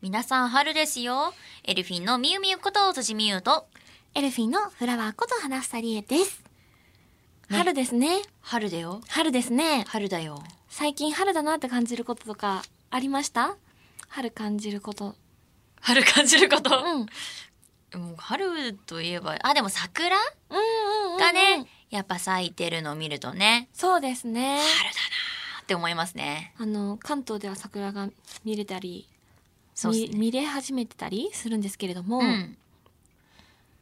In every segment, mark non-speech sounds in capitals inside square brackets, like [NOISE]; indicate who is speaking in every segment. Speaker 1: 皆さん春ですよ。エルフィンのみゆみゆこと辻みゆと
Speaker 2: エルフィンのフラワーこと花スタリエです。
Speaker 1: ね
Speaker 2: 春ですね。
Speaker 1: 春だよ。
Speaker 2: 春ですね。
Speaker 1: 春だよ。
Speaker 2: 最近春だなって感じることとかありました春感じること。
Speaker 1: 春感じること。
Speaker 2: うん。うんうん
Speaker 1: もう春といえば、あ、でも桜
Speaker 2: うん、うん。
Speaker 1: がね、。やっぱ咲いてるのを見るとね、
Speaker 2: そうです
Speaker 1: 春
Speaker 2: ね。
Speaker 1: だなーって思いますね。
Speaker 2: あの、関東では桜が見れたり、
Speaker 1: そうですね
Speaker 2: み見れ始めてたりするんですけれども、
Speaker 1: うん。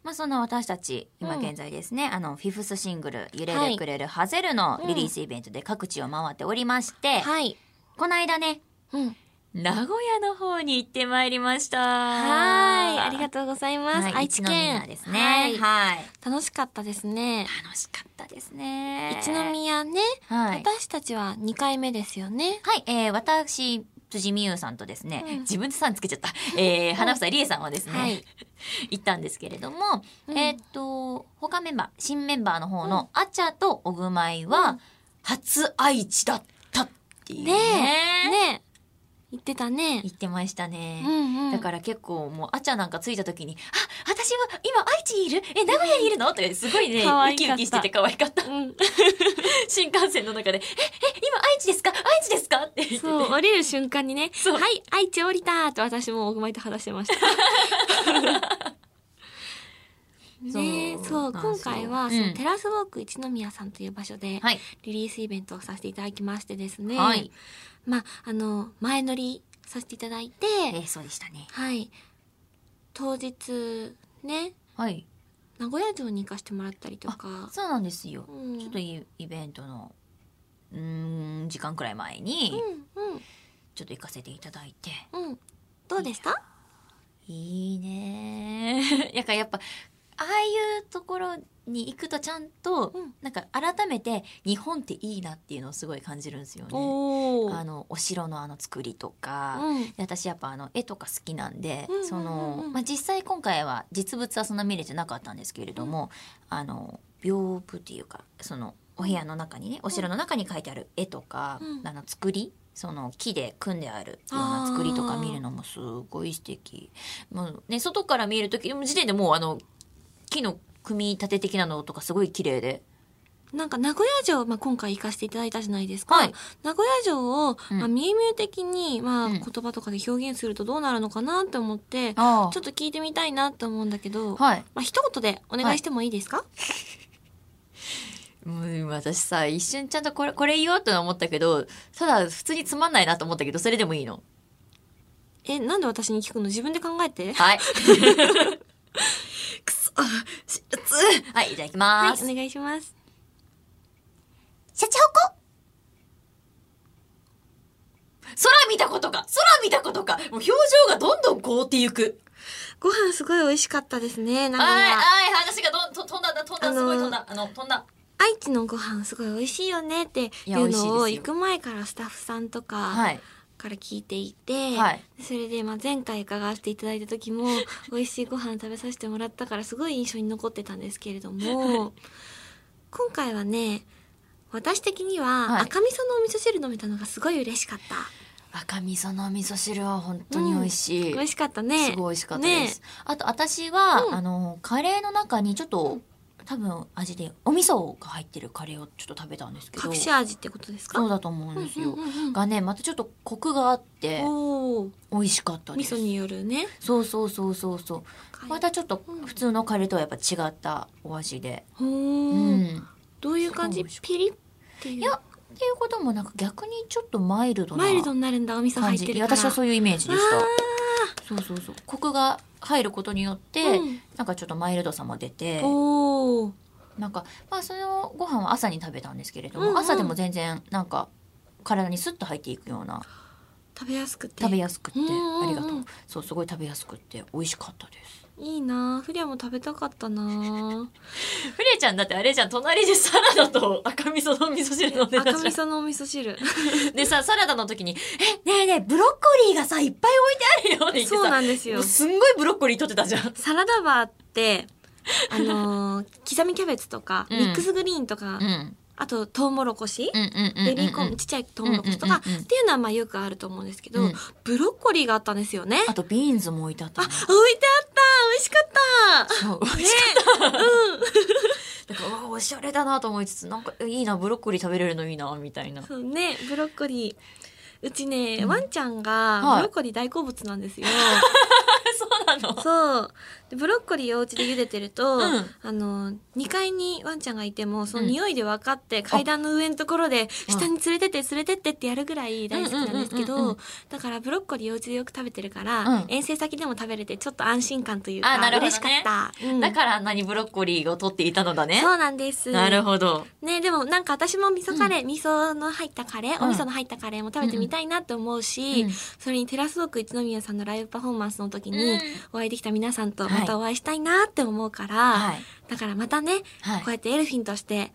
Speaker 1: まあそんな私たち、今
Speaker 2: うん
Speaker 1: 現在ですね、あの、フィフスシングル、揺れるくれるハゼルのリリースイベントで各地を回っておりまして、
Speaker 2: はい。
Speaker 1: この間ね、
Speaker 2: うん。
Speaker 1: 名古屋の方に行ってまいりました。
Speaker 2: はい。ありが
Speaker 1: と
Speaker 2: とうございます。愛知県。
Speaker 1: ですね。
Speaker 2: はい。
Speaker 1: はい。
Speaker 2: 楽しかったですね。
Speaker 1: 楽しかったですね。
Speaker 2: 一宮ね、
Speaker 1: はい。
Speaker 2: 私たちは2回目ですよね。
Speaker 1: はい、えー、私、辻美優さんとですね、
Speaker 2: うん
Speaker 1: 自分でさんつけちゃった、えー、花房理恵さんはですね、
Speaker 2: はい
Speaker 1: 行ったんですけれども、
Speaker 2: うん
Speaker 1: えーっと、他メンバー、新メンバーの方の、あちゃとおぐまいは、初愛知だったっていうね。
Speaker 2: ねえ。ねえ。言ってたね。
Speaker 1: 行ってましたね。
Speaker 2: うんうん。、
Speaker 1: だからら結構もうあちゃなんかついた時に「あ私は今愛知にいるえ名古屋にいるの?」とかすごいね
Speaker 2: 可
Speaker 1: ウ
Speaker 2: 愛か
Speaker 1: キ
Speaker 2: った
Speaker 1: ウキしてて可愛かった
Speaker 2: うん、
Speaker 1: 新幹線の中で「ええ今愛知ですか愛知ですか?」って言ってて
Speaker 2: そう、降りる瞬間にね、
Speaker 1: そう
Speaker 2: はい、愛知降りたーって私もおぐまいと話してました。 [LAUGHS] ねえ、
Speaker 1: そ
Speaker 2: そうう、
Speaker 1: なんで
Speaker 2: 今
Speaker 1: すよ
Speaker 2: 回は、
Speaker 1: うん
Speaker 2: そのテラスウォーク一宮さんという場所で、
Speaker 1: はい、
Speaker 2: リリースイベントをさせていただきましてですね、
Speaker 1: はい、
Speaker 2: まあ、あの、前乗りさせていただいて、
Speaker 1: えーそうでしたね
Speaker 2: はい、当日、ね、
Speaker 1: はい
Speaker 2: 名古屋城に行かせてもらったりとか、
Speaker 1: そうなんですよ、
Speaker 2: うん
Speaker 1: ちょっとイイベントのうーん時間くらい前
Speaker 2: う
Speaker 1: に
Speaker 2: ん、うん、
Speaker 1: ちょっと行かせていただいて、
Speaker 2: うん。どうでした
Speaker 1: いいね [LAUGHS] ーやっぱやっぱああいうところに行くとちゃんと、
Speaker 2: うん
Speaker 1: なんか改めて日本っていいなっていうのをすごい感じるんですよね。
Speaker 2: お
Speaker 1: あのお城のあの作りとか、
Speaker 2: うん
Speaker 1: で私やっぱあの絵とか好きなんで、
Speaker 2: うんうんうんうん
Speaker 1: その、まあ、実際今回は実物はそんな見れてなかったんですけれども、あの屏風っていうかそのお部屋の中にねお城の中に描いてある絵とか、
Speaker 2: うん
Speaker 1: あの作りその木で組んであるような作りとか見るのもすごい素敵もうね外から見える時の時点でもうあの木の組み立て的なのとかすごい綺麗で
Speaker 2: なんか名古屋城、まあ、今回行かせていただいたじゃないですか。
Speaker 1: はい
Speaker 2: 名古屋城を、
Speaker 1: うん
Speaker 2: まあ、みゆみゆ的に、まあ、
Speaker 1: うん
Speaker 2: 言葉とかで表現するとどうなるのかなって思って、ちょ
Speaker 1: あ
Speaker 2: っと聞いてみたいなと思うんだけど、
Speaker 1: はい
Speaker 2: まあ、一言でお願いしてもいいですか、
Speaker 1: もう私さ一瞬ちゃんとこれこれ言おうと思ったけどただ普通につまんないなと思ったけどそれでもいいの
Speaker 2: え、なんで私に聞くの自分で考えて。
Speaker 1: [LAUGHS] はいくそしつはいいただき
Speaker 2: はい、
Speaker 1: ま
Speaker 2: お
Speaker 1: す、はい、
Speaker 2: 願いします。
Speaker 1: シャチホコ空見たことか空見たことかもう表情がどんどん凍ってゆく
Speaker 2: ご飯すごい美味しかったですね、名古
Speaker 1: はい
Speaker 2: 屋。
Speaker 1: はい話がどんと飛んだんだ飛んだすごい飛んだあの飛んだ
Speaker 2: 愛知のご飯すごい美味しいよねってい
Speaker 1: や美
Speaker 2: う
Speaker 1: 味しいです
Speaker 2: の
Speaker 1: よ
Speaker 2: を行く前からスタッフさんとか、
Speaker 1: はい
Speaker 2: から聞いていて、
Speaker 1: はい
Speaker 2: それで、まあ、前回伺わせていただいた
Speaker 1: [LAUGHS]
Speaker 2: 時も美味しいご飯食べさせてもらったからすごい印象に残ってたんですけれども今回はね私的に
Speaker 1: はい
Speaker 2: は赤味噌のお味噌汁飲めたのがすごい嬉しかった、
Speaker 1: 赤味噌の味噌汁は本当に美味しい、
Speaker 2: 美味しかった
Speaker 1: す
Speaker 2: ね
Speaker 1: ごい美味しかったです。
Speaker 2: ね
Speaker 1: あと私は、
Speaker 2: うん
Speaker 1: あのカレーの中にちょっと、多分味でお味噌が入ってるカレーをちょっと食べたんですけど、
Speaker 2: 隠し味ってことですか
Speaker 1: そうだと思うんですよ。
Speaker 2: うんうんうんうん
Speaker 1: がねまたちょっとコクがあって
Speaker 2: おお
Speaker 1: 美味しかったで
Speaker 2: 味
Speaker 1: す
Speaker 2: 噌。によるね
Speaker 1: そうそうそうそうそう。またちょっと普通のカレーとはやっぱ違ったお味で、
Speaker 2: ほー
Speaker 1: うん。
Speaker 2: どういう感じ
Speaker 1: すごい美味しかった
Speaker 2: ピリッってい
Speaker 1: い
Speaker 2: う
Speaker 1: やっていうこともなんか逆にちょっとマイルドな
Speaker 2: マイルドになるんだお味噌
Speaker 1: 感
Speaker 2: 入っ
Speaker 1: じ
Speaker 2: てる
Speaker 1: い
Speaker 2: か
Speaker 1: や
Speaker 2: ら
Speaker 1: 私はそういうイメージでし
Speaker 2: あ
Speaker 1: た。そうそうそう。コクが入ることによって、
Speaker 2: うん
Speaker 1: なんかちょっとマイルドさも出て
Speaker 2: ー、おお
Speaker 1: なんかまあそのご飯は朝に食べたんですけれども、
Speaker 2: うんうん
Speaker 1: 朝でも全然なんか体にスッと入っていくような
Speaker 2: 食べやすくて
Speaker 1: 食べやすくって、
Speaker 2: うんうんうん
Speaker 1: ありがとうそうすごい食べやすくって美味しかったです
Speaker 2: いいなあフリアも食べたかっ
Speaker 1: [LAUGHS]
Speaker 2: たなあ
Speaker 1: フレちゃんだってあれじゃん隣でサラダと [LAUGHS] 赤味噌の味噌汁飲んで
Speaker 2: 赤味噌のお味噌汁
Speaker 1: でさサラダの時に「えねえねえブロッコリーがさいっぱい [LAUGHS] 置いてあるよ」って言ってさ
Speaker 2: そうなんですよ
Speaker 1: もうすんごいブロッコリー取ってたじゃん
Speaker 2: サラダバーってあのー刻みキャベツとか、
Speaker 1: うん
Speaker 2: ミックスグリーンとか
Speaker 1: うん
Speaker 2: あとトウモロコシ、
Speaker 1: うんうんうんうんう
Speaker 2: ベ
Speaker 1: ん
Speaker 2: ビーコーンちっちゃいトウモロコシとか、
Speaker 1: うんうんうんうん
Speaker 2: っていうのはまあよくあると思うんですけど、
Speaker 1: うん
Speaker 2: ブロッコリーがあったんですよね。
Speaker 1: あとビーンズも置いてあっ
Speaker 2: あ、
Speaker 1: た
Speaker 2: 置
Speaker 1: ね
Speaker 2: いてあった美味しかっ
Speaker 1: [LAUGHS]
Speaker 2: た
Speaker 1: そう美味しかった、うん、なんかうわおしゃれだなと思いつつなんかいいなブロッコリー食べれるのいいなみたい [LAUGHS] な
Speaker 2: そうね、ブロッコリー。うちね、
Speaker 1: うん
Speaker 2: ワンちゃ
Speaker 1: は
Speaker 2: ん
Speaker 1: い
Speaker 2: がブロッコリー大好物なん
Speaker 1: [LAUGHS]
Speaker 2: ですよ。
Speaker 1: そうなの
Speaker 2: そう。でブロッコリーをお家で茹でてると、
Speaker 1: うん
Speaker 2: あの、2階にワンちゃんがいても、その匂いで分かって、階段の上のところで、
Speaker 1: あ
Speaker 2: 下に連れてって連れてってってやるぐらい大好きなんですけ
Speaker 1: うんうんうんうんう
Speaker 2: ど
Speaker 1: ん、
Speaker 2: だからブロッコリーお家でよく食べてるから、
Speaker 1: うん
Speaker 2: 遠征先でも食べれて、ちょっと安心感というか、
Speaker 1: あなるほどね
Speaker 2: 嬉しかった。うん
Speaker 1: だからあんなにブロッコリーを取っていたのだね
Speaker 2: そうなんです。
Speaker 1: なるほど
Speaker 2: ね、でもなんか私も味噌カレー、味噌の入ったカレー、
Speaker 1: うん
Speaker 2: お味噌の入ったカレーも食べてみたいなって思うし、
Speaker 1: うん
Speaker 2: それにテラスウォーク一宮さんのライブパフォーマンスの
Speaker 1: う
Speaker 2: 時に
Speaker 1: ん
Speaker 2: お会いできた皆さんと
Speaker 1: はい
Speaker 2: またお会いしたいなって思うから、
Speaker 1: はい
Speaker 2: だからまたね、
Speaker 1: はい
Speaker 2: こうやってエルフィンとして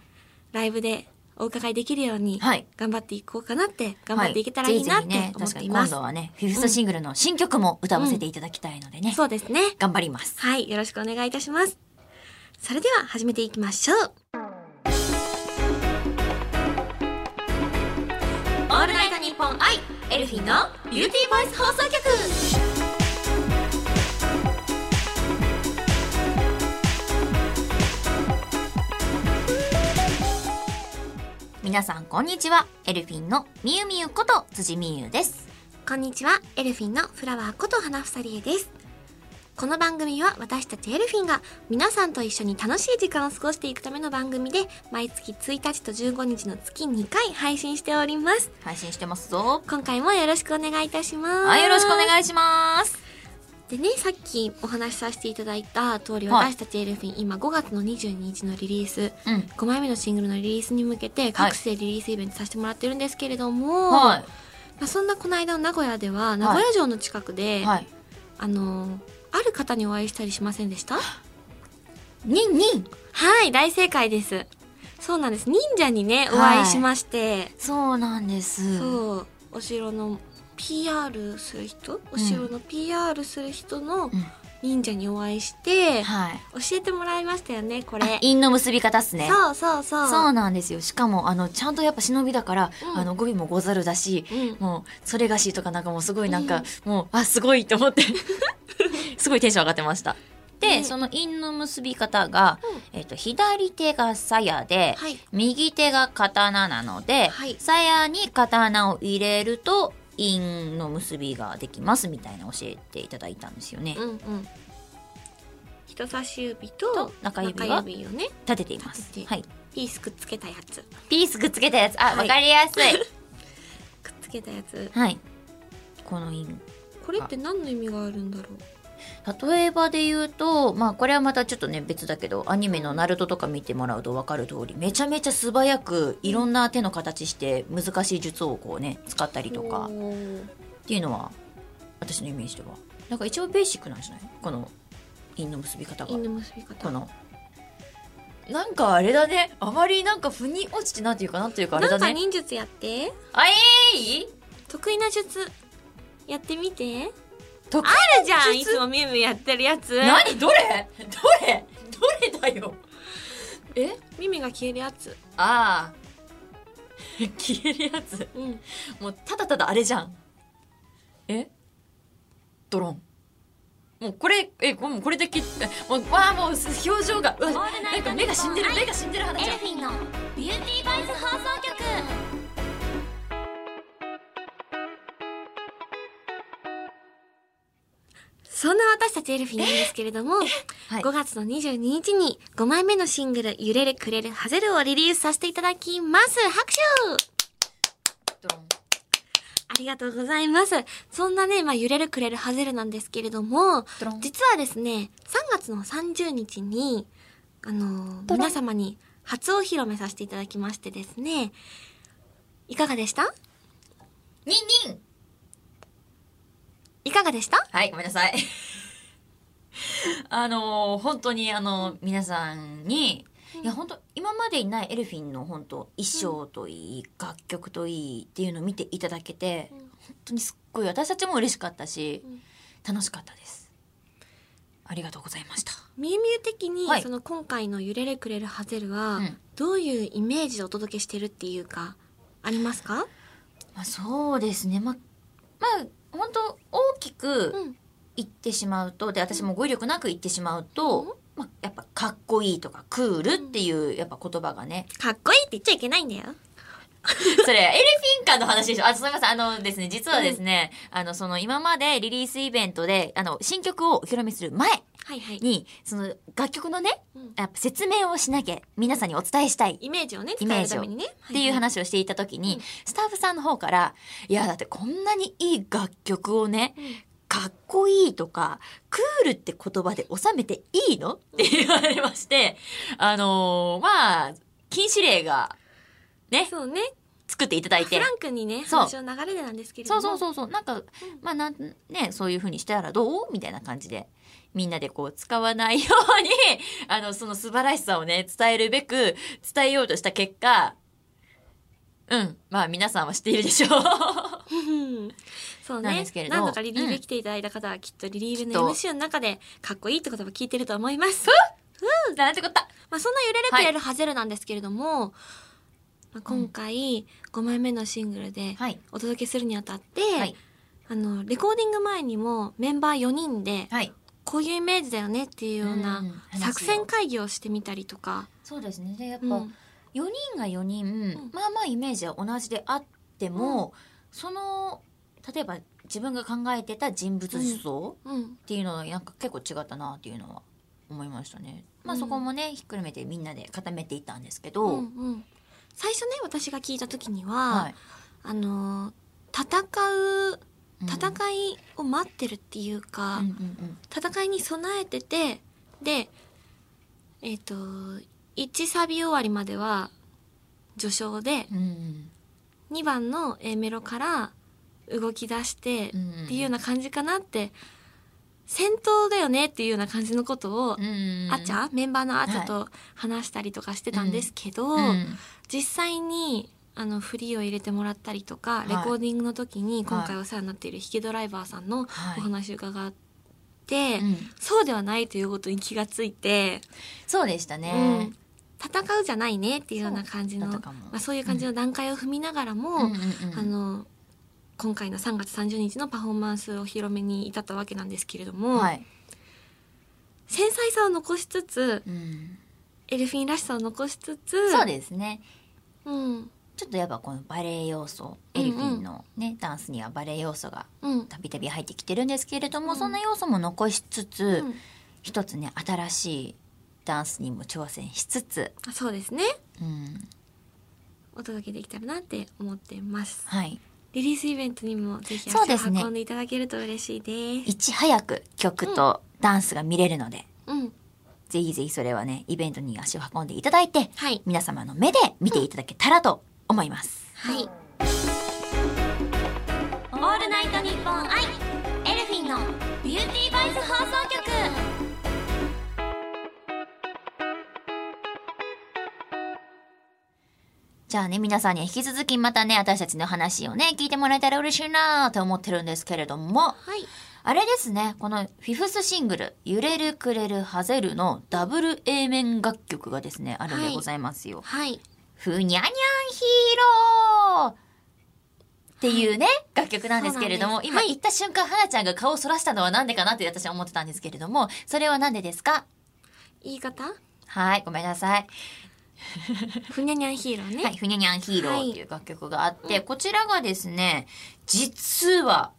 Speaker 2: ライブでお伺いできるように
Speaker 1: はい
Speaker 2: 頑張っていこうかなって、頑張っていけたらいいなって
Speaker 1: ぜひぜひね
Speaker 2: 思っ
Speaker 1: 確か
Speaker 2: て
Speaker 1: に
Speaker 2: いま
Speaker 1: 今
Speaker 2: す。
Speaker 1: 度はねフィフスシングルの新曲も歌わせていただきたいのでね、
Speaker 2: そうですね。
Speaker 1: 頑張ります
Speaker 2: はい、よろしくお願いいたします。それでは始めていきましょう。
Speaker 1: オールナイトニッポン愛エルフィンのビューティーボイス放送局皆さんこんにちはエルフィンのみゆみゆこと辻みゆです
Speaker 2: こんにちは、エルフィンのフラワーこと花ふさりえです。この番組は私たちエルフィンが皆さんと一緒に楽しい時間を過ごしていくための番組で毎月1日と15日の月2回配信しております。
Speaker 1: 配信してますぞ
Speaker 2: 今回もよろしくお願いいたします。
Speaker 1: はいよろしくお
Speaker 2: い
Speaker 1: 願いします
Speaker 2: でね、さっきお話しさせていただいた通り、
Speaker 1: はい
Speaker 2: 私たちエルフィン今5月の22日のリリース、
Speaker 1: うん
Speaker 2: 5枚目のシングルのリリースに向けて各地でリリースイベントさせてもらってるんですけれども、
Speaker 1: は
Speaker 2: まあ、そんなこの間の名古屋では名古屋城の近くで、
Speaker 1: いはい
Speaker 2: あのーある方にお会いしたりしませんでしたは
Speaker 1: にんにん
Speaker 2: い、大正解です。そうなんです。忍者にね、お
Speaker 1: はい
Speaker 2: 会いしまして、
Speaker 1: そうなんです
Speaker 2: そう、お城の PR する人、お城の PR する人の
Speaker 1: ん
Speaker 2: 忍者にお会いして、
Speaker 1: はい
Speaker 2: 教えてもらいましたよね、こ
Speaker 1: あ
Speaker 2: れ。
Speaker 1: 韻の結び方っすね
Speaker 2: そうそうそう。
Speaker 1: そうなんですよ。しかも、あの、ちゃんとやっぱ忍びだから、
Speaker 2: うん
Speaker 1: あの、語尾もござるだし、
Speaker 2: うん
Speaker 1: もう、それがしとかなんかもうすごいなんか、もう、あ、すごいと思って、 [LAUGHS] すごいテンション上がってました。で、
Speaker 2: うん
Speaker 1: その韻の結び方が、えっと、左手が鞘で、
Speaker 2: はい
Speaker 1: 右手が刀なので、
Speaker 2: はい
Speaker 1: 鞘に刀を入れると、韻の結びができますみたいな教えていただいたんですよね。
Speaker 2: うんうん。人差し指
Speaker 1: と
Speaker 2: と
Speaker 1: 中指は
Speaker 2: をね、
Speaker 1: 立てています
Speaker 2: 立て。て
Speaker 1: はい。
Speaker 2: ピースくっつけたやつ。
Speaker 1: ピースくっつけたやつ。あ、わ、
Speaker 2: はい
Speaker 1: かりやすい。
Speaker 2: [LAUGHS] くっつけたやつ。
Speaker 1: はい。この韻
Speaker 2: これって何の意味があるんだろう
Speaker 1: 例えばで言うと、まあこれはまたちょっとね別だけど、アニメのナルトとか見てもらうと分かる通り、めちゃめちゃ素早くいろんな手の形して難しい術をこうね、使ったりとか
Speaker 2: おー
Speaker 1: っていうのは、私のイメージでは。なんか一応ベーシックなんじゃないこの、因の結び方が
Speaker 2: 犬。の結び方
Speaker 1: この。なんかあれだね。あまりなんか腑に落ちてなんていうかなんていうかあれ
Speaker 2: な
Speaker 1: だ
Speaker 2: んか
Speaker 1: ね。
Speaker 2: 忍術やって
Speaker 1: あえい
Speaker 2: 得意な術やってみて
Speaker 1: 特
Speaker 2: あるじゃんい
Speaker 1: 術
Speaker 2: つもミュウミュウやってるやつ
Speaker 1: 何どれどれどれだよえ
Speaker 2: 耳が消えるやつ
Speaker 1: ああ消えるやつ
Speaker 2: うん
Speaker 1: もうただただあれじゃんえドロンもうこれえもうこれだけえもうわあもう表情がうわ
Speaker 2: オールナ
Speaker 1: な
Speaker 2: イ
Speaker 1: ん
Speaker 2: ト
Speaker 1: か目が死んでる
Speaker 2: ニッポンアイ
Speaker 1: 目が死んでる話じゃん
Speaker 2: ィンのビューティーバイス放送局そんな私たちエルフィンなんですけれど
Speaker 1: [LAUGHS]
Speaker 2: も、
Speaker 1: はい
Speaker 2: 5月の22日に5枚目のシングル、揺れるくれるハゼルをリリースさせていただきます。拍手
Speaker 1: ドロン
Speaker 2: ありがとうございます。そんなね、まあ、揺れるくれるハゼルなんですけれども
Speaker 1: ドロン、
Speaker 2: 実はですね、3月の30日に、あのー
Speaker 1: ドロン
Speaker 2: 皆様に初お披露目させていただきましてですね、いかがでした
Speaker 1: ニンニン
Speaker 2: いかがでした
Speaker 1: はいごめんなさい [LAUGHS] あのー本当にあのー皆さんにいや本当今までいないエルフィンの本当衣装といい、楽曲といいっていうのを見ていただけて、本当にすっごい私たちも嬉しかったし、
Speaker 2: ん
Speaker 1: 楽しかったです。あありがとうございました。
Speaker 2: みゆみゆ的に、
Speaker 1: はい
Speaker 2: その今回の「ゆれれくれるハゼルは」
Speaker 1: うん
Speaker 2: どういうイメージでお届けしてるっていうかありますか、
Speaker 1: まあ、そうですね。まあ、まあ、本当大きく
Speaker 2: ん、
Speaker 1: 言ってしまうと、で、私も語彙力なく言ってしまうと、まあ、やっぱかっこいいとかクールっていうやっぱ言葉がね、
Speaker 2: かっこいいって言っちゃいけないんだよ。
Speaker 1: [LAUGHS] それ、エルフィンカの話でしょあ、すみません。あのですね、実はですね、あの、その、今までリリースイベントで、あの、新曲をお披露目する前
Speaker 2: はいはい。
Speaker 1: に、その、楽曲のね、
Speaker 2: うん
Speaker 1: やっぱ説明をしなきゃ、皆さんにお伝えしたい。
Speaker 2: イメージをね
Speaker 1: イメ
Speaker 2: 伝え
Speaker 1: ー
Speaker 2: る
Speaker 1: ジ
Speaker 2: た
Speaker 1: を
Speaker 2: めにね。
Speaker 1: っていう
Speaker 2: はは
Speaker 1: 話をしていた時に、スタッフさんの方から、いや、だってこんなにいい楽曲をね、かっこいいとか、クールって言葉で収めていいのって言われまして、あのーまあ、禁止令が
Speaker 2: そうね。
Speaker 1: 作っていただい
Speaker 2: フ
Speaker 1: て
Speaker 2: ラ。ンクにね
Speaker 1: そう
Speaker 2: 話の流れでなんですけれど
Speaker 1: そ
Speaker 2: も。
Speaker 1: うそうそうそうなんか、まあなんねそういう風にしたらどうみたいな感じでみんなでこう使わないように [LAUGHS] あのその素晴らしさをね伝えるべく伝えようとした結果うんまあ皆さんは知っているでしょう
Speaker 2: うん [LAUGHS] そう
Speaker 1: なん
Speaker 2: ね
Speaker 1: ですけれど
Speaker 2: 何度かリリーベ来ていただいた方はきっとリリーベの
Speaker 1: きっ
Speaker 2: MC の中でかっこいいって言葉聞いてると思います。
Speaker 1: なんてこった
Speaker 2: まあ、そんな「ゆれるくれるハゼル」なんですけれども、まあ、今回5枚目のシングルで
Speaker 1: はい
Speaker 2: お届けするにあたって、
Speaker 1: はい
Speaker 2: あのレコーディング前にもメンバー4人で
Speaker 1: はい
Speaker 2: こういうイメージだよねっていうような
Speaker 1: うん話を
Speaker 2: 作戦会議をしてみたりとか、
Speaker 1: そうですねでやっぱ、
Speaker 2: うん
Speaker 1: 4人が4人、
Speaker 2: ん
Speaker 1: まあまあイメージは同じであっても、その例えば自分が考えてた人物思想、
Speaker 2: うん
Speaker 1: っていうのはなんか結構違ったなっていうのは思いましたね。まあ
Speaker 2: うん
Speaker 1: そこもね、ひっくるめてみんなで固めていったんですけ
Speaker 2: う
Speaker 1: ど、
Speaker 2: んうん最初ね私が聞いた時には、
Speaker 1: はい、
Speaker 2: あの戦う
Speaker 1: うん
Speaker 2: 戦いを待ってるっていうか、
Speaker 1: うんうん
Speaker 2: 戦いに備えててでえっ、と1サビ終わりまでは序章で
Speaker 1: うんうん
Speaker 2: 2番の A メロから動き出してっ
Speaker 1: う
Speaker 2: て
Speaker 1: ん
Speaker 2: いうような感じかなって戦闘だよねっていうような感じのことを、
Speaker 1: うん
Speaker 2: あちゃメンバーのあちゃと話したりとかしてたんですけど、
Speaker 1: うん
Speaker 2: 実際にあのフリーを入れてもらったりとか、
Speaker 1: はい
Speaker 2: レコーディングの時に今回お世話になっているヒゲドライバーさんの
Speaker 1: はい
Speaker 2: お話伺って、
Speaker 1: うん
Speaker 2: そうではないということに気がついて、
Speaker 1: そうでしたね。
Speaker 2: うん戦うじゃないねっていうような感じの
Speaker 1: そ
Speaker 2: そう
Speaker 1: だ
Speaker 2: う,、
Speaker 1: ったかも
Speaker 2: まあ、そういう感じの段階を踏みながらも、
Speaker 1: うんうんうん
Speaker 2: あの今回の3月30日のパフォーマンスを広めに至ったわけなんですけれども、
Speaker 1: はい、
Speaker 2: 繊細さを残しつつ
Speaker 1: うん、
Speaker 2: エルフィンらしさを残しつつ
Speaker 1: そうですね。
Speaker 2: うん
Speaker 1: ちょっとやっぱこのバレエ要素、エルフィンのね、ダンスにはバレエ要素が
Speaker 2: うん
Speaker 1: たびたび入ってきてるんですけれども、
Speaker 2: うん
Speaker 1: そんな要素も残しつつ、
Speaker 2: うん
Speaker 1: 一つね新しいダンスにも挑戦しつつ、
Speaker 2: あそうですね
Speaker 1: うん、
Speaker 2: お届けできたらなって思ってます
Speaker 1: はい
Speaker 2: リリースイベントにもぜひ足
Speaker 1: そうで
Speaker 2: を
Speaker 1: すね
Speaker 2: 運んでいただけると嬉しいです
Speaker 1: いち早く曲とダンスが見れるので、
Speaker 2: うん
Speaker 1: ぜひぜひそれはねイベントに足を運んでいただいて
Speaker 2: はい
Speaker 1: 皆様の目で見ていただけたらと思います、
Speaker 2: はい
Speaker 1: オールナイトニッポンアイエルフィンのビューティーバイス放送局じゃあね、皆さんには引き続きまたね、私たちの話をね、聞いてもらえたら嬉しいなぁと思ってるんですけれども、
Speaker 2: はい
Speaker 1: あれですね、このフィフスシングル、揺れるくれるハゼルのダブル A 面楽曲がですね、あるんでございますよ。
Speaker 2: はい
Speaker 1: ふにゃにゃんヒーローっていうね、楽曲なんですけれども、
Speaker 2: そうなんです
Speaker 1: 今
Speaker 2: はい
Speaker 1: 言った瞬間、はなちゃんが顔をそらしたのはなんでかなって私は思ってたんですけれども、それはなんでですか
Speaker 2: 言い方
Speaker 1: はい、ごめんなさい。
Speaker 2: ふにゃにゃんヒーローね、
Speaker 1: はい、ふにゃにゃんヒーローっていう楽曲があって、こちらがですね、実は、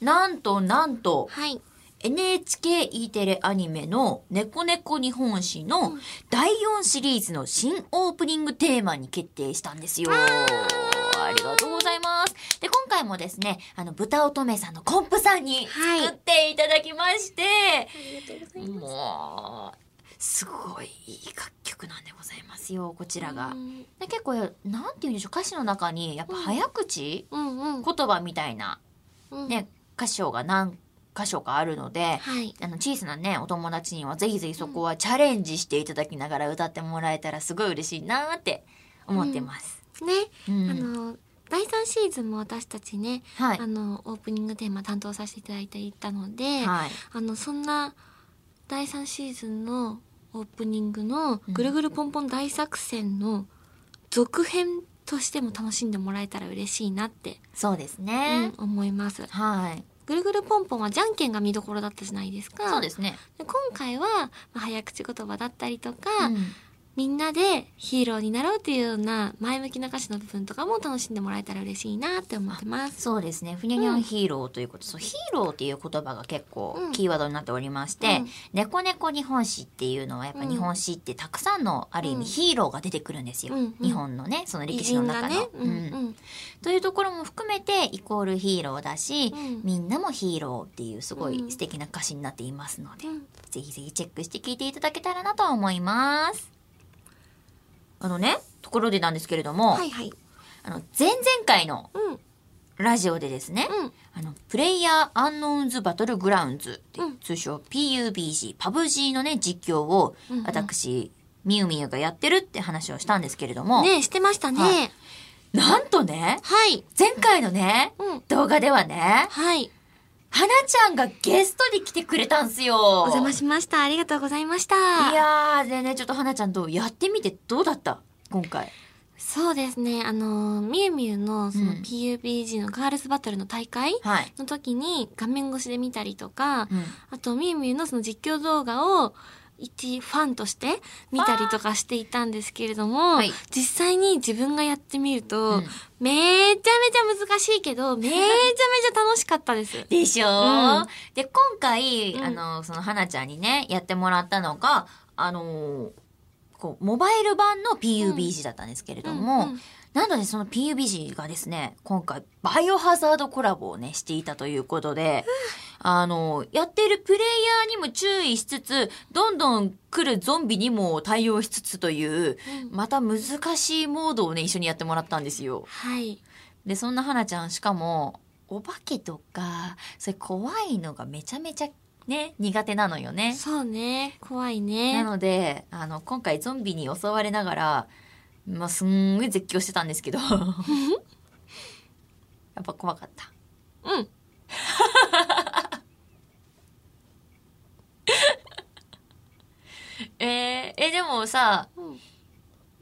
Speaker 1: なんとなんと、
Speaker 2: はい。
Speaker 1: NHKE テレアニメの「猫猫日本史」の第4シリーズの新オープニングテーマに決定したんですよ。ありがとうございます。で、今回もですね、あの、豚乙女さんのコンプさんに
Speaker 2: はい
Speaker 1: 作っていただきまして、
Speaker 2: ありがとうござい
Speaker 1: もう、すごいいい楽曲なんでございますよ、こちらが。
Speaker 2: うん
Speaker 1: で結構、なんて言うんでしょう、歌詞の中に、やっぱ早口、
Speaker 2: うん
Speaker 1: 言葉みたいな、
Speaker 2: うん。。
Speaker 1: ね、箇所が何箇所かあるので、
Speaker 2: はい。
Speaker 1: あの小さなねお友達にはぜひぜひそこはチャレンジしていただきながら歌ってもらえたらすごい嬉しいなーって思ってます。
Speaker 2: ね、
Speaker 1: うん
Speaker 2: あの、第三シーズンも私たちね、
Speaker 1: はい
Speaker 2: あの、オープニングテーマ担当させていただいていたので、
Speaker 1: はい
Speaker 2: あの、そんな、第3シーズンのオープニングの「ぐるぐるポンポン大作戦」の続編としても楽しんでもらえたら嬉しいなって、
Speaker 1: そうです
Speaker 2: う
Speaker 1: ね
Speaker 2: ん、、思います。
Speaker 1: はい
Speaker 2: ぐるぐるポンポンはじゃんけんが見どころだったじゃないですか。
Speaker 1: そうですね、
Speaker 2: で今回は、まあ、早口言葉だったりとか、
Speaker 1: うん
Speaker 2: みんなでヒーローになろうっていうような前向きな歌詞の部分とかも楽しんでもらえたら嬉しいなって思ってます。
Speaker 1: そうですね。ふにゃにゃ
Speaker 2: うん
Speaker 1: んヒーローということ、そうヒーローっていう言葉が結構
Speaker 2: うん
Speaker 1: キーワードになっておりまして、
Speaker 2: うん
Speaker 1: 猫猫日本史っていうのはやっぱ
Speaker 2: うん
Speaker 1: 日本史ってたくさんのある意
Speaker 2: うん
Speaker 1: 味ヒーローが出てくるんですよ。
Speaker 2: うんうん
Speaker 1: 日本のね、その歴史の
Speaker 2: 偉人が
Speaker 1: 中の。
Speaker 2: ね、うん
Speaker 1: うん
Speaker 2: うん
Speaker 1: というところも含めてイコールヒーローだし、
Speaker 2: うん
Speaker 1: みんなもヒーローっていうすご
Speaker 2: う
Speaker 1: い
Speaker 2: ん
Speaker 1: 素敵な歌詞になっていますので、
Speaker 2: うん
Speaker 1: ぜひぜひチェックして聞いていただけたらなと思います。あのね、ところでなんですけれども、
Speaker 2: はいはい。
Speaker 1: あの前々回の
Speaker 2: うんうん
Speaker 1: ラジオでですね、
Speaker 2: うん
Speaker 1: あの、プレイヤーアンノーンズバトルグラウンズって、
Speaker 2: うん
Speaker 1: 通称 PUBG、パブ G のね、実況を
Speaker 2: うんうん、
Speaker 1: 私、みゆみゆがやってるって話をしたんですけれども、
Speaker 2: ねえしてましたね。
Speaker 1: はいなんとね、
Speaker 2: はい。
Speaker 1: 前回のね、
Speaker 2: うん
Speaker 1: 動画ではね、
Speaker 2: はい。
Speaker 1: 花ちゃんがゲストで来てくれたんすよ。
Speaker 2: お邪魔しました。ありがとうございました。
Speaker 1: いやー、でね、ちょっと花ちゃんとやってみてどうだった今回。
Speaker 2: そうですね。あの、みゆみゆのその
Speaker 1: うん
Speaker 2: PUBG のガールズバトルの大会
Speaker 1: はい。
Speaker 2: の時に画面越しで見たりとか、
Speaker 1: うん
Speaker 2: あとみゆみゆのその実況動画を一ファンとして見たりとかしていたんですけれども、
Speaker 1: はい
Speaker 2: 実際に自分がやってみると、
Speaker 1: うん
Speaker 2: めちゃめちゃ難しい
Speaker 1: [LAUGHS]
Speaker 2: けど、めちゃめちゃ楽しかったです。
Speaker 1: でしょ、う
Speaker 2: うん
Speaker 1: で、今回、
Speaker 2: うん
Speaker 1: あの、その、花ちゃんにね、やってもらったのが、あのーこう、モバイル版の PUBG だったんですけれども、
Speaker 2: うんうん
Speaker 1: なので、その PUBG がですね、今回、バイオハザードコラボをね、していたということで、あのーやってるプレイヤーにも注意しつつ、どんどん来るゾンビにも対応しつつという、また難しいモードをね、一緒にやってもらったんですよ。
Speaker 2: はい。
Speaker 1: でそんな花ちゃんしかもお化けとかそれ怖いのがめちゃめちゃね苦手なのよね。
Speaker 2: そうね。怖い
Speaker 1: な
Speaker 2: ね。
Speaker 1: のであの今回ゾンビに襲われながら、まあ、すんごい絶叫してたんですけどやっぱ怖かった。
Speaker 2: うん。
Speaker 1: [LAUGHS] えーえでもさ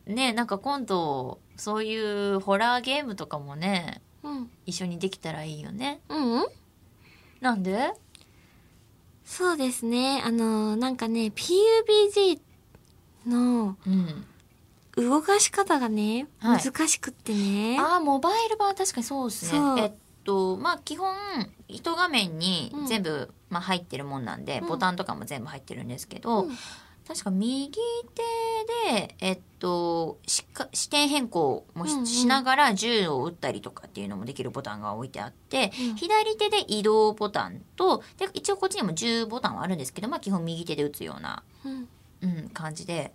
Speaker 2: うん
Speaker 1: ねなんか今度そういうホラーゲームとかもね
Speaker 2: うん。
Speaker 1: 一緒にできたらいいよね。
Speaker 2: うんうん。
Speaker 1: なんで
Speaker 2: そうですね。あの、なんかね、PUBG の
Speaker 1: うん、
Speaker 2: 動かし方がね、
Speaker 1: はい
Speaker 2: 難しくってね。
Speaker 1: あーモバイル版は確かにそうですね
Speaker 2: そう
Speaker 1: えっとまあ基本一画面に
Speaker 2: うん
Speaker 1: 全部、まあ、入ってるもんなんで、
Speaker 2: うん
Speaker 1: ボタンとかも全部入ってるんですけど、
Speaker 2: うん
Speaker 1: 確か右手でえっとしか視点変更もし,、
Speaker 2: うんうん
Speaker 1: ながら銃を撃ったりとかっていうのもできるボタンが置いてあって、
Speaker 2: うん
Speaker 1: 左手で移動ボタンとで一応こっちにも銃ボタンはあるんですけど、まあ、基本右手で撃つような
Speaker 2: うん
Speaker 1: うん、感じで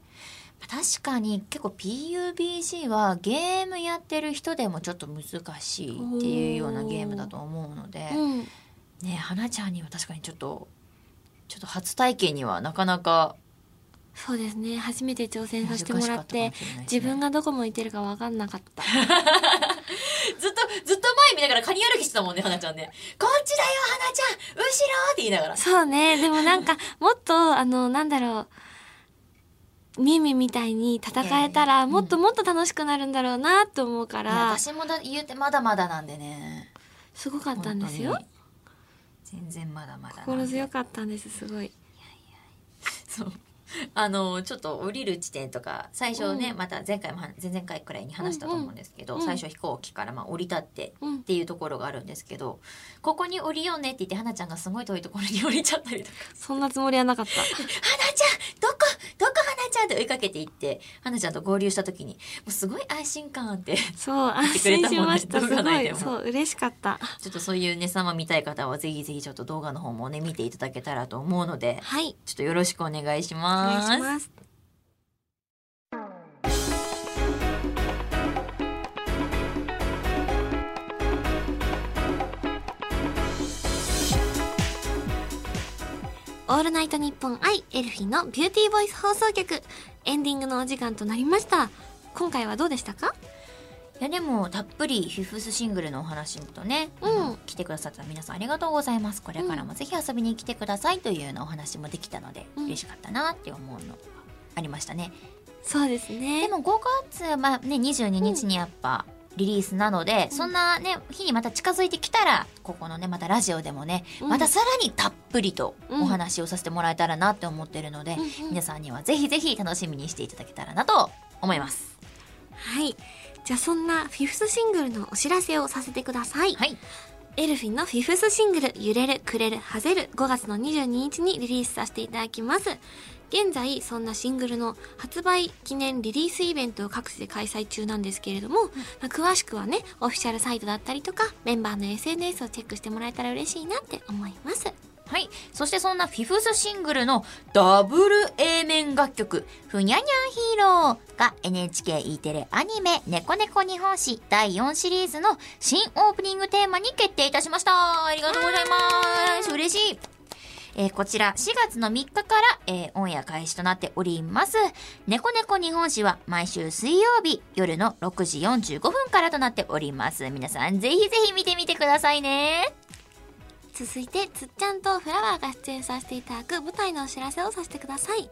Speaker 1: まあ確かに結構 PUBG はゲームやってる人でもちょっと難しいっていうようなゲームだと思うので、
Speaker 2: うん。
Speaker 1: ね花ちゃんには確かにちょっとちょっと初体験にはなかなか
Speaker 2: そうですね。初めて挑戦さ
Speaker 1: 難し
Speaker 2: せ
Speaker 1: てかっ
Speaker 2: も
Speaker 1: たからも
Speaker 2: っ
Speaker 1: しれない
Speaker 2: て
Speaker 1: です、ね、
Speaker 2: 自分がどこ向いてるか分かんな
Speaker 1: [LAUGHS]
Speaker 2: かった。
Speaker 1: ずっとずっと前見ながらカニ歩きしてたもんね花ちゃんね「こっちだよ花ちゃん後ろ!」って言いながら
Speaker 2: そうね。でもなんか、もっと、あの、なんだろう。ミミみたいに戦えた
Speaker 1: いやいや
Speaker 2: ら、
Speaker 1: うん
Speaker 2: もっともっと楽しくなるんだろうなと思うから、
Speaker 1: 私もだ言うてまだまだなんでね
Speaker 2: すごかったんですよ
Speaker 1: 本。当に全然まだまだなんで
Speaker 2: 心強かったんです、すごい。
Speaker 1: そう。あのちょっと降りる地点とか最初ね、
Speaker 2: うん
Speaker 1: また前回もは前々回くらいに話したと思うんですけど、
Speaker 2: うんうん
Speaker 1: 最初飛行機からまあ降り立って
Speaker 2: うん
Speaker 1: っていうところがあるんですけど、ここに降りようねって言って花ちゃんがすごい遠いところに降りちゃったりとか
Speaker 2: そんなつもりはなかっ
Speaker 1: 「 [LAUGHS]
Speaker 2: た。
Speaker 1: 花ちゃんどこどこ花ちゃん!」って追いかけていって花ちゃんと合流した時にもうすごい安心感あ [LAUGHS] って
Speaker 2: そう、安心しました。
Speaker 1: 言って
Speaker 2: す
Speaker 1: くれたも
Speaker 2: ご
Speaker 1: んね
Speaker 2: い。そう、嬉しかった。
Speaker 1: ちょっとそういうね様見たい方はぜひぜひちょっと動画の方もね見ていただけたらと思うので
Speaker 2: はい。
Speaker 1: ちょっとよろしくお願いし
Speaker 2: お
Speaker 1: ま
Speaker 2: 願い
Speaker 1: す。
Speaker 2: します。オールナイトニッポン愛エルフィンのビューティーボイス放送局エンディングのお時間となりました今回はどうでしたか
Speaker 1: いいやでもたっぷりフィフスシングルのお話とね、
Speaker 2: うん
Speaker 1: あの来てくださった皆さんありがとうございますこれからもぜひ遊びに来てくださいというようなお話もできたので、
Speaker 2: うん
Speaker 1: 嬉しかったなって思うのがありましたね、
Speaker 2: そうです
Speaker 1: で
Speaker 2: ね
Speaker 1: も5月、まあね、22日にやっぱリリースなので、そんな、ね、日にまた近づいてきたらここのねまたラジオでもね、
Speaker 2: うん
Speaker 1: またさらにたっぷりとお話をさせてもらえたらなって思ってるので、
Speaker 2: うんうん
Speaker 1: 皆さんにはぜひぜひ楽しみにしていただけたらなと思います。
Speaker 2: はいじゃあそんなフィフスシングルのお知らせをさせてください、
Speaker 1: はい、
Speaker 2: エルフィンのフィフスシングル「揺れるくれるはぜる」5月の22日にリリースさせていただきます現在そんなシングルの発売記念リリースイベントを各地で開催中なんですけれども、まあ詳しくはねオフィシャルサイトだったりとかメンバーの SNS をチェックしてもらえたら嬉しいなって思います
Speaker 1: はい。そしてそんなフィフスシングルのダブル A 面楽曲、ふにゃにゃヒーローが NHKE テレアニメ、ねこねこ日本史第4シリーズの新オープニングテーマに決定いたしました。ありがとうございます。嬉しい。えーこちら4月の3日から、えーオンエア開始となっております。猫猫日本史は毎週水曜日夜の6時45分からとなっております。皆さんぜひぜひ見てみてくださいね。
Speaker 2: 続いてつっちゃんとフラワーが出演させていただく舞台のお知らせをさせてください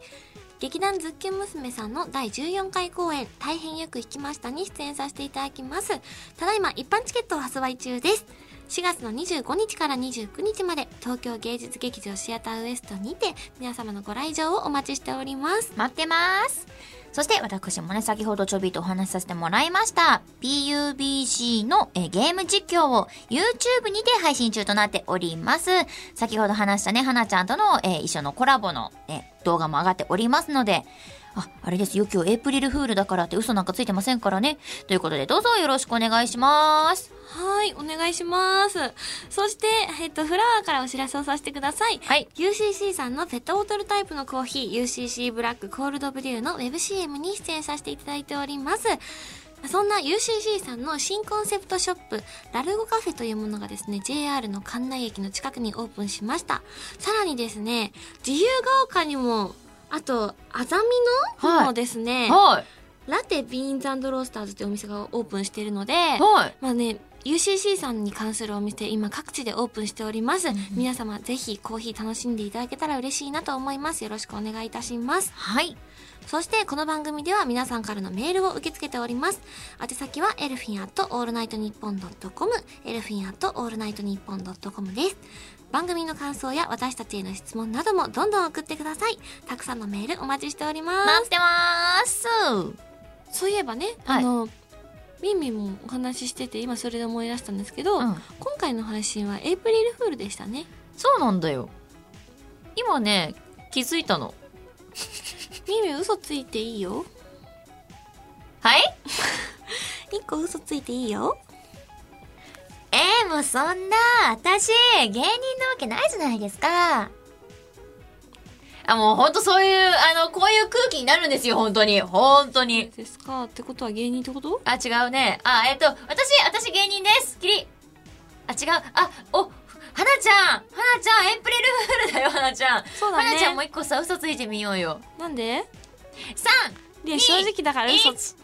Speaker 2: 劇団ズッキュン娘さんの第14回公演「大変よく弾きました」に出演させていただきますただいま一般チケットを発売中です4月の25日から29日まで東京芸術劇場シアターウエストにて皆様のご来場をお待ちしております
Speaker 1: 待ってますそして私もね先ほどちょびっとお話しさせてもらいました PUBG のえーゲーム実況を YouTube にて配信中となっております先ほど話したねはなちゃんとの、えー一緒のコラボの、えー動画も上がっておりますのでああれですよ今日エイプリルフールだからって嘘なんかついてませんからねということでどうぞよろしくお願いします
Speaker 2: はいお願いしますそして、えっと、フラワーからお知らせをさせてください
Speaker 1: はい
Speaker 2: UCC さんのペットボトルタイプのコーヒー UCC ブラックコールドブリューの WebCM に出演させていただいておりますそんな UCC さんの新コンセプトショップラルゴカフェというものがですね JR の関内駅の近くにオープンしましたさらにですね自由が丘にもあとあざみの
Speaker 1: はい
Speaker 2: にもですね、
Speaker 1: は
Speaker 2: ラテビーンズロースターズというお店がオープンしているので
Speaker 1: はい
Speaker 2: まあね UCC さんに関するお店今各地でオープンしております、皆様ぜひコーヒー楽しんでいただけたら嬉しいなと思いますよろしくお願いいたします
Speaker 1: はい
Speaker 2: そしてこの番組では皆さんからのメールを受け付けております宛先はエルフィンアットオールナイトニッポンドットコムエルフィンアットオールナイトニッポンドットコムです番組の感想や私たちへの質問などもどんどん送ってくださいたくさんのメールお待ちしております
Speaker 1: 待ってます
Speaker 2: そういえばね、
Speaker 1: はい
Speaker 2: あのミンミンもお話ししてて今それで思い出したんですけど、
Speaker 1: うん
Speaker 2: 今回の配信はエイプリルフールでしたね
Speaker 1: そうなんだよ今ね気づいたの
Speaker 2: ミンミン嘘ついていいよ
Speaker 1: はい
Speaker 2: 一個嘘ついていいよ
Speaker 1: えー、もうそんな、私、芸人なわけないじゃないですか。あ、もうほんとそういう、あの、こういう空気になるんですよ、本当に。本当に。
Speaker 2: ですかってことは芸人ってこと
Speaker 1: あ、違うね。あ、えっと、私、私芸人です。キリ。あ、違う。あ、お、はなちゃんはなちゃんエンプリルフールだよ、はなちゃん。
Speaker 2: そうだね
Speaker 1: はなちゃんもう一個さ、嘘ついてみようよ。
Speaker 2: なんで
Speaker 1: 3、
Speaker 2: いや正直だから嘘
Speaker 1: い
Speaker 2: つ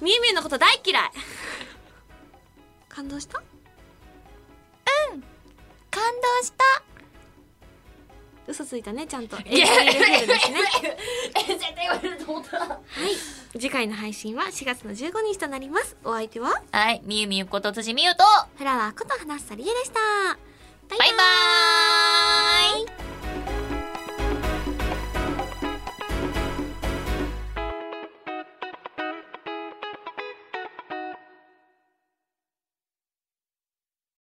Speaker 2: ミンミンのこと大嫌 [LAUGHS] い感動した
Speaker 1: 感動した。
Speaker 2: 嘘ついたねちゃんとエイプ
Speaker 1: い
Speaker 2: リル
Speaker 1: や
Speaker 2: フールですね
Speaker 1: え、絶対言われると思った。
Speaker 2: はい次回の配信は4月の15日となりますお相手は
Speaker 1: はい、みゆみゆこと辻みゆと、
Speaker 2: フラワーこと花さりえでしたバイバ
Speaker 1: バイバ
Speaker 2: イ
Speaker 1: ーイ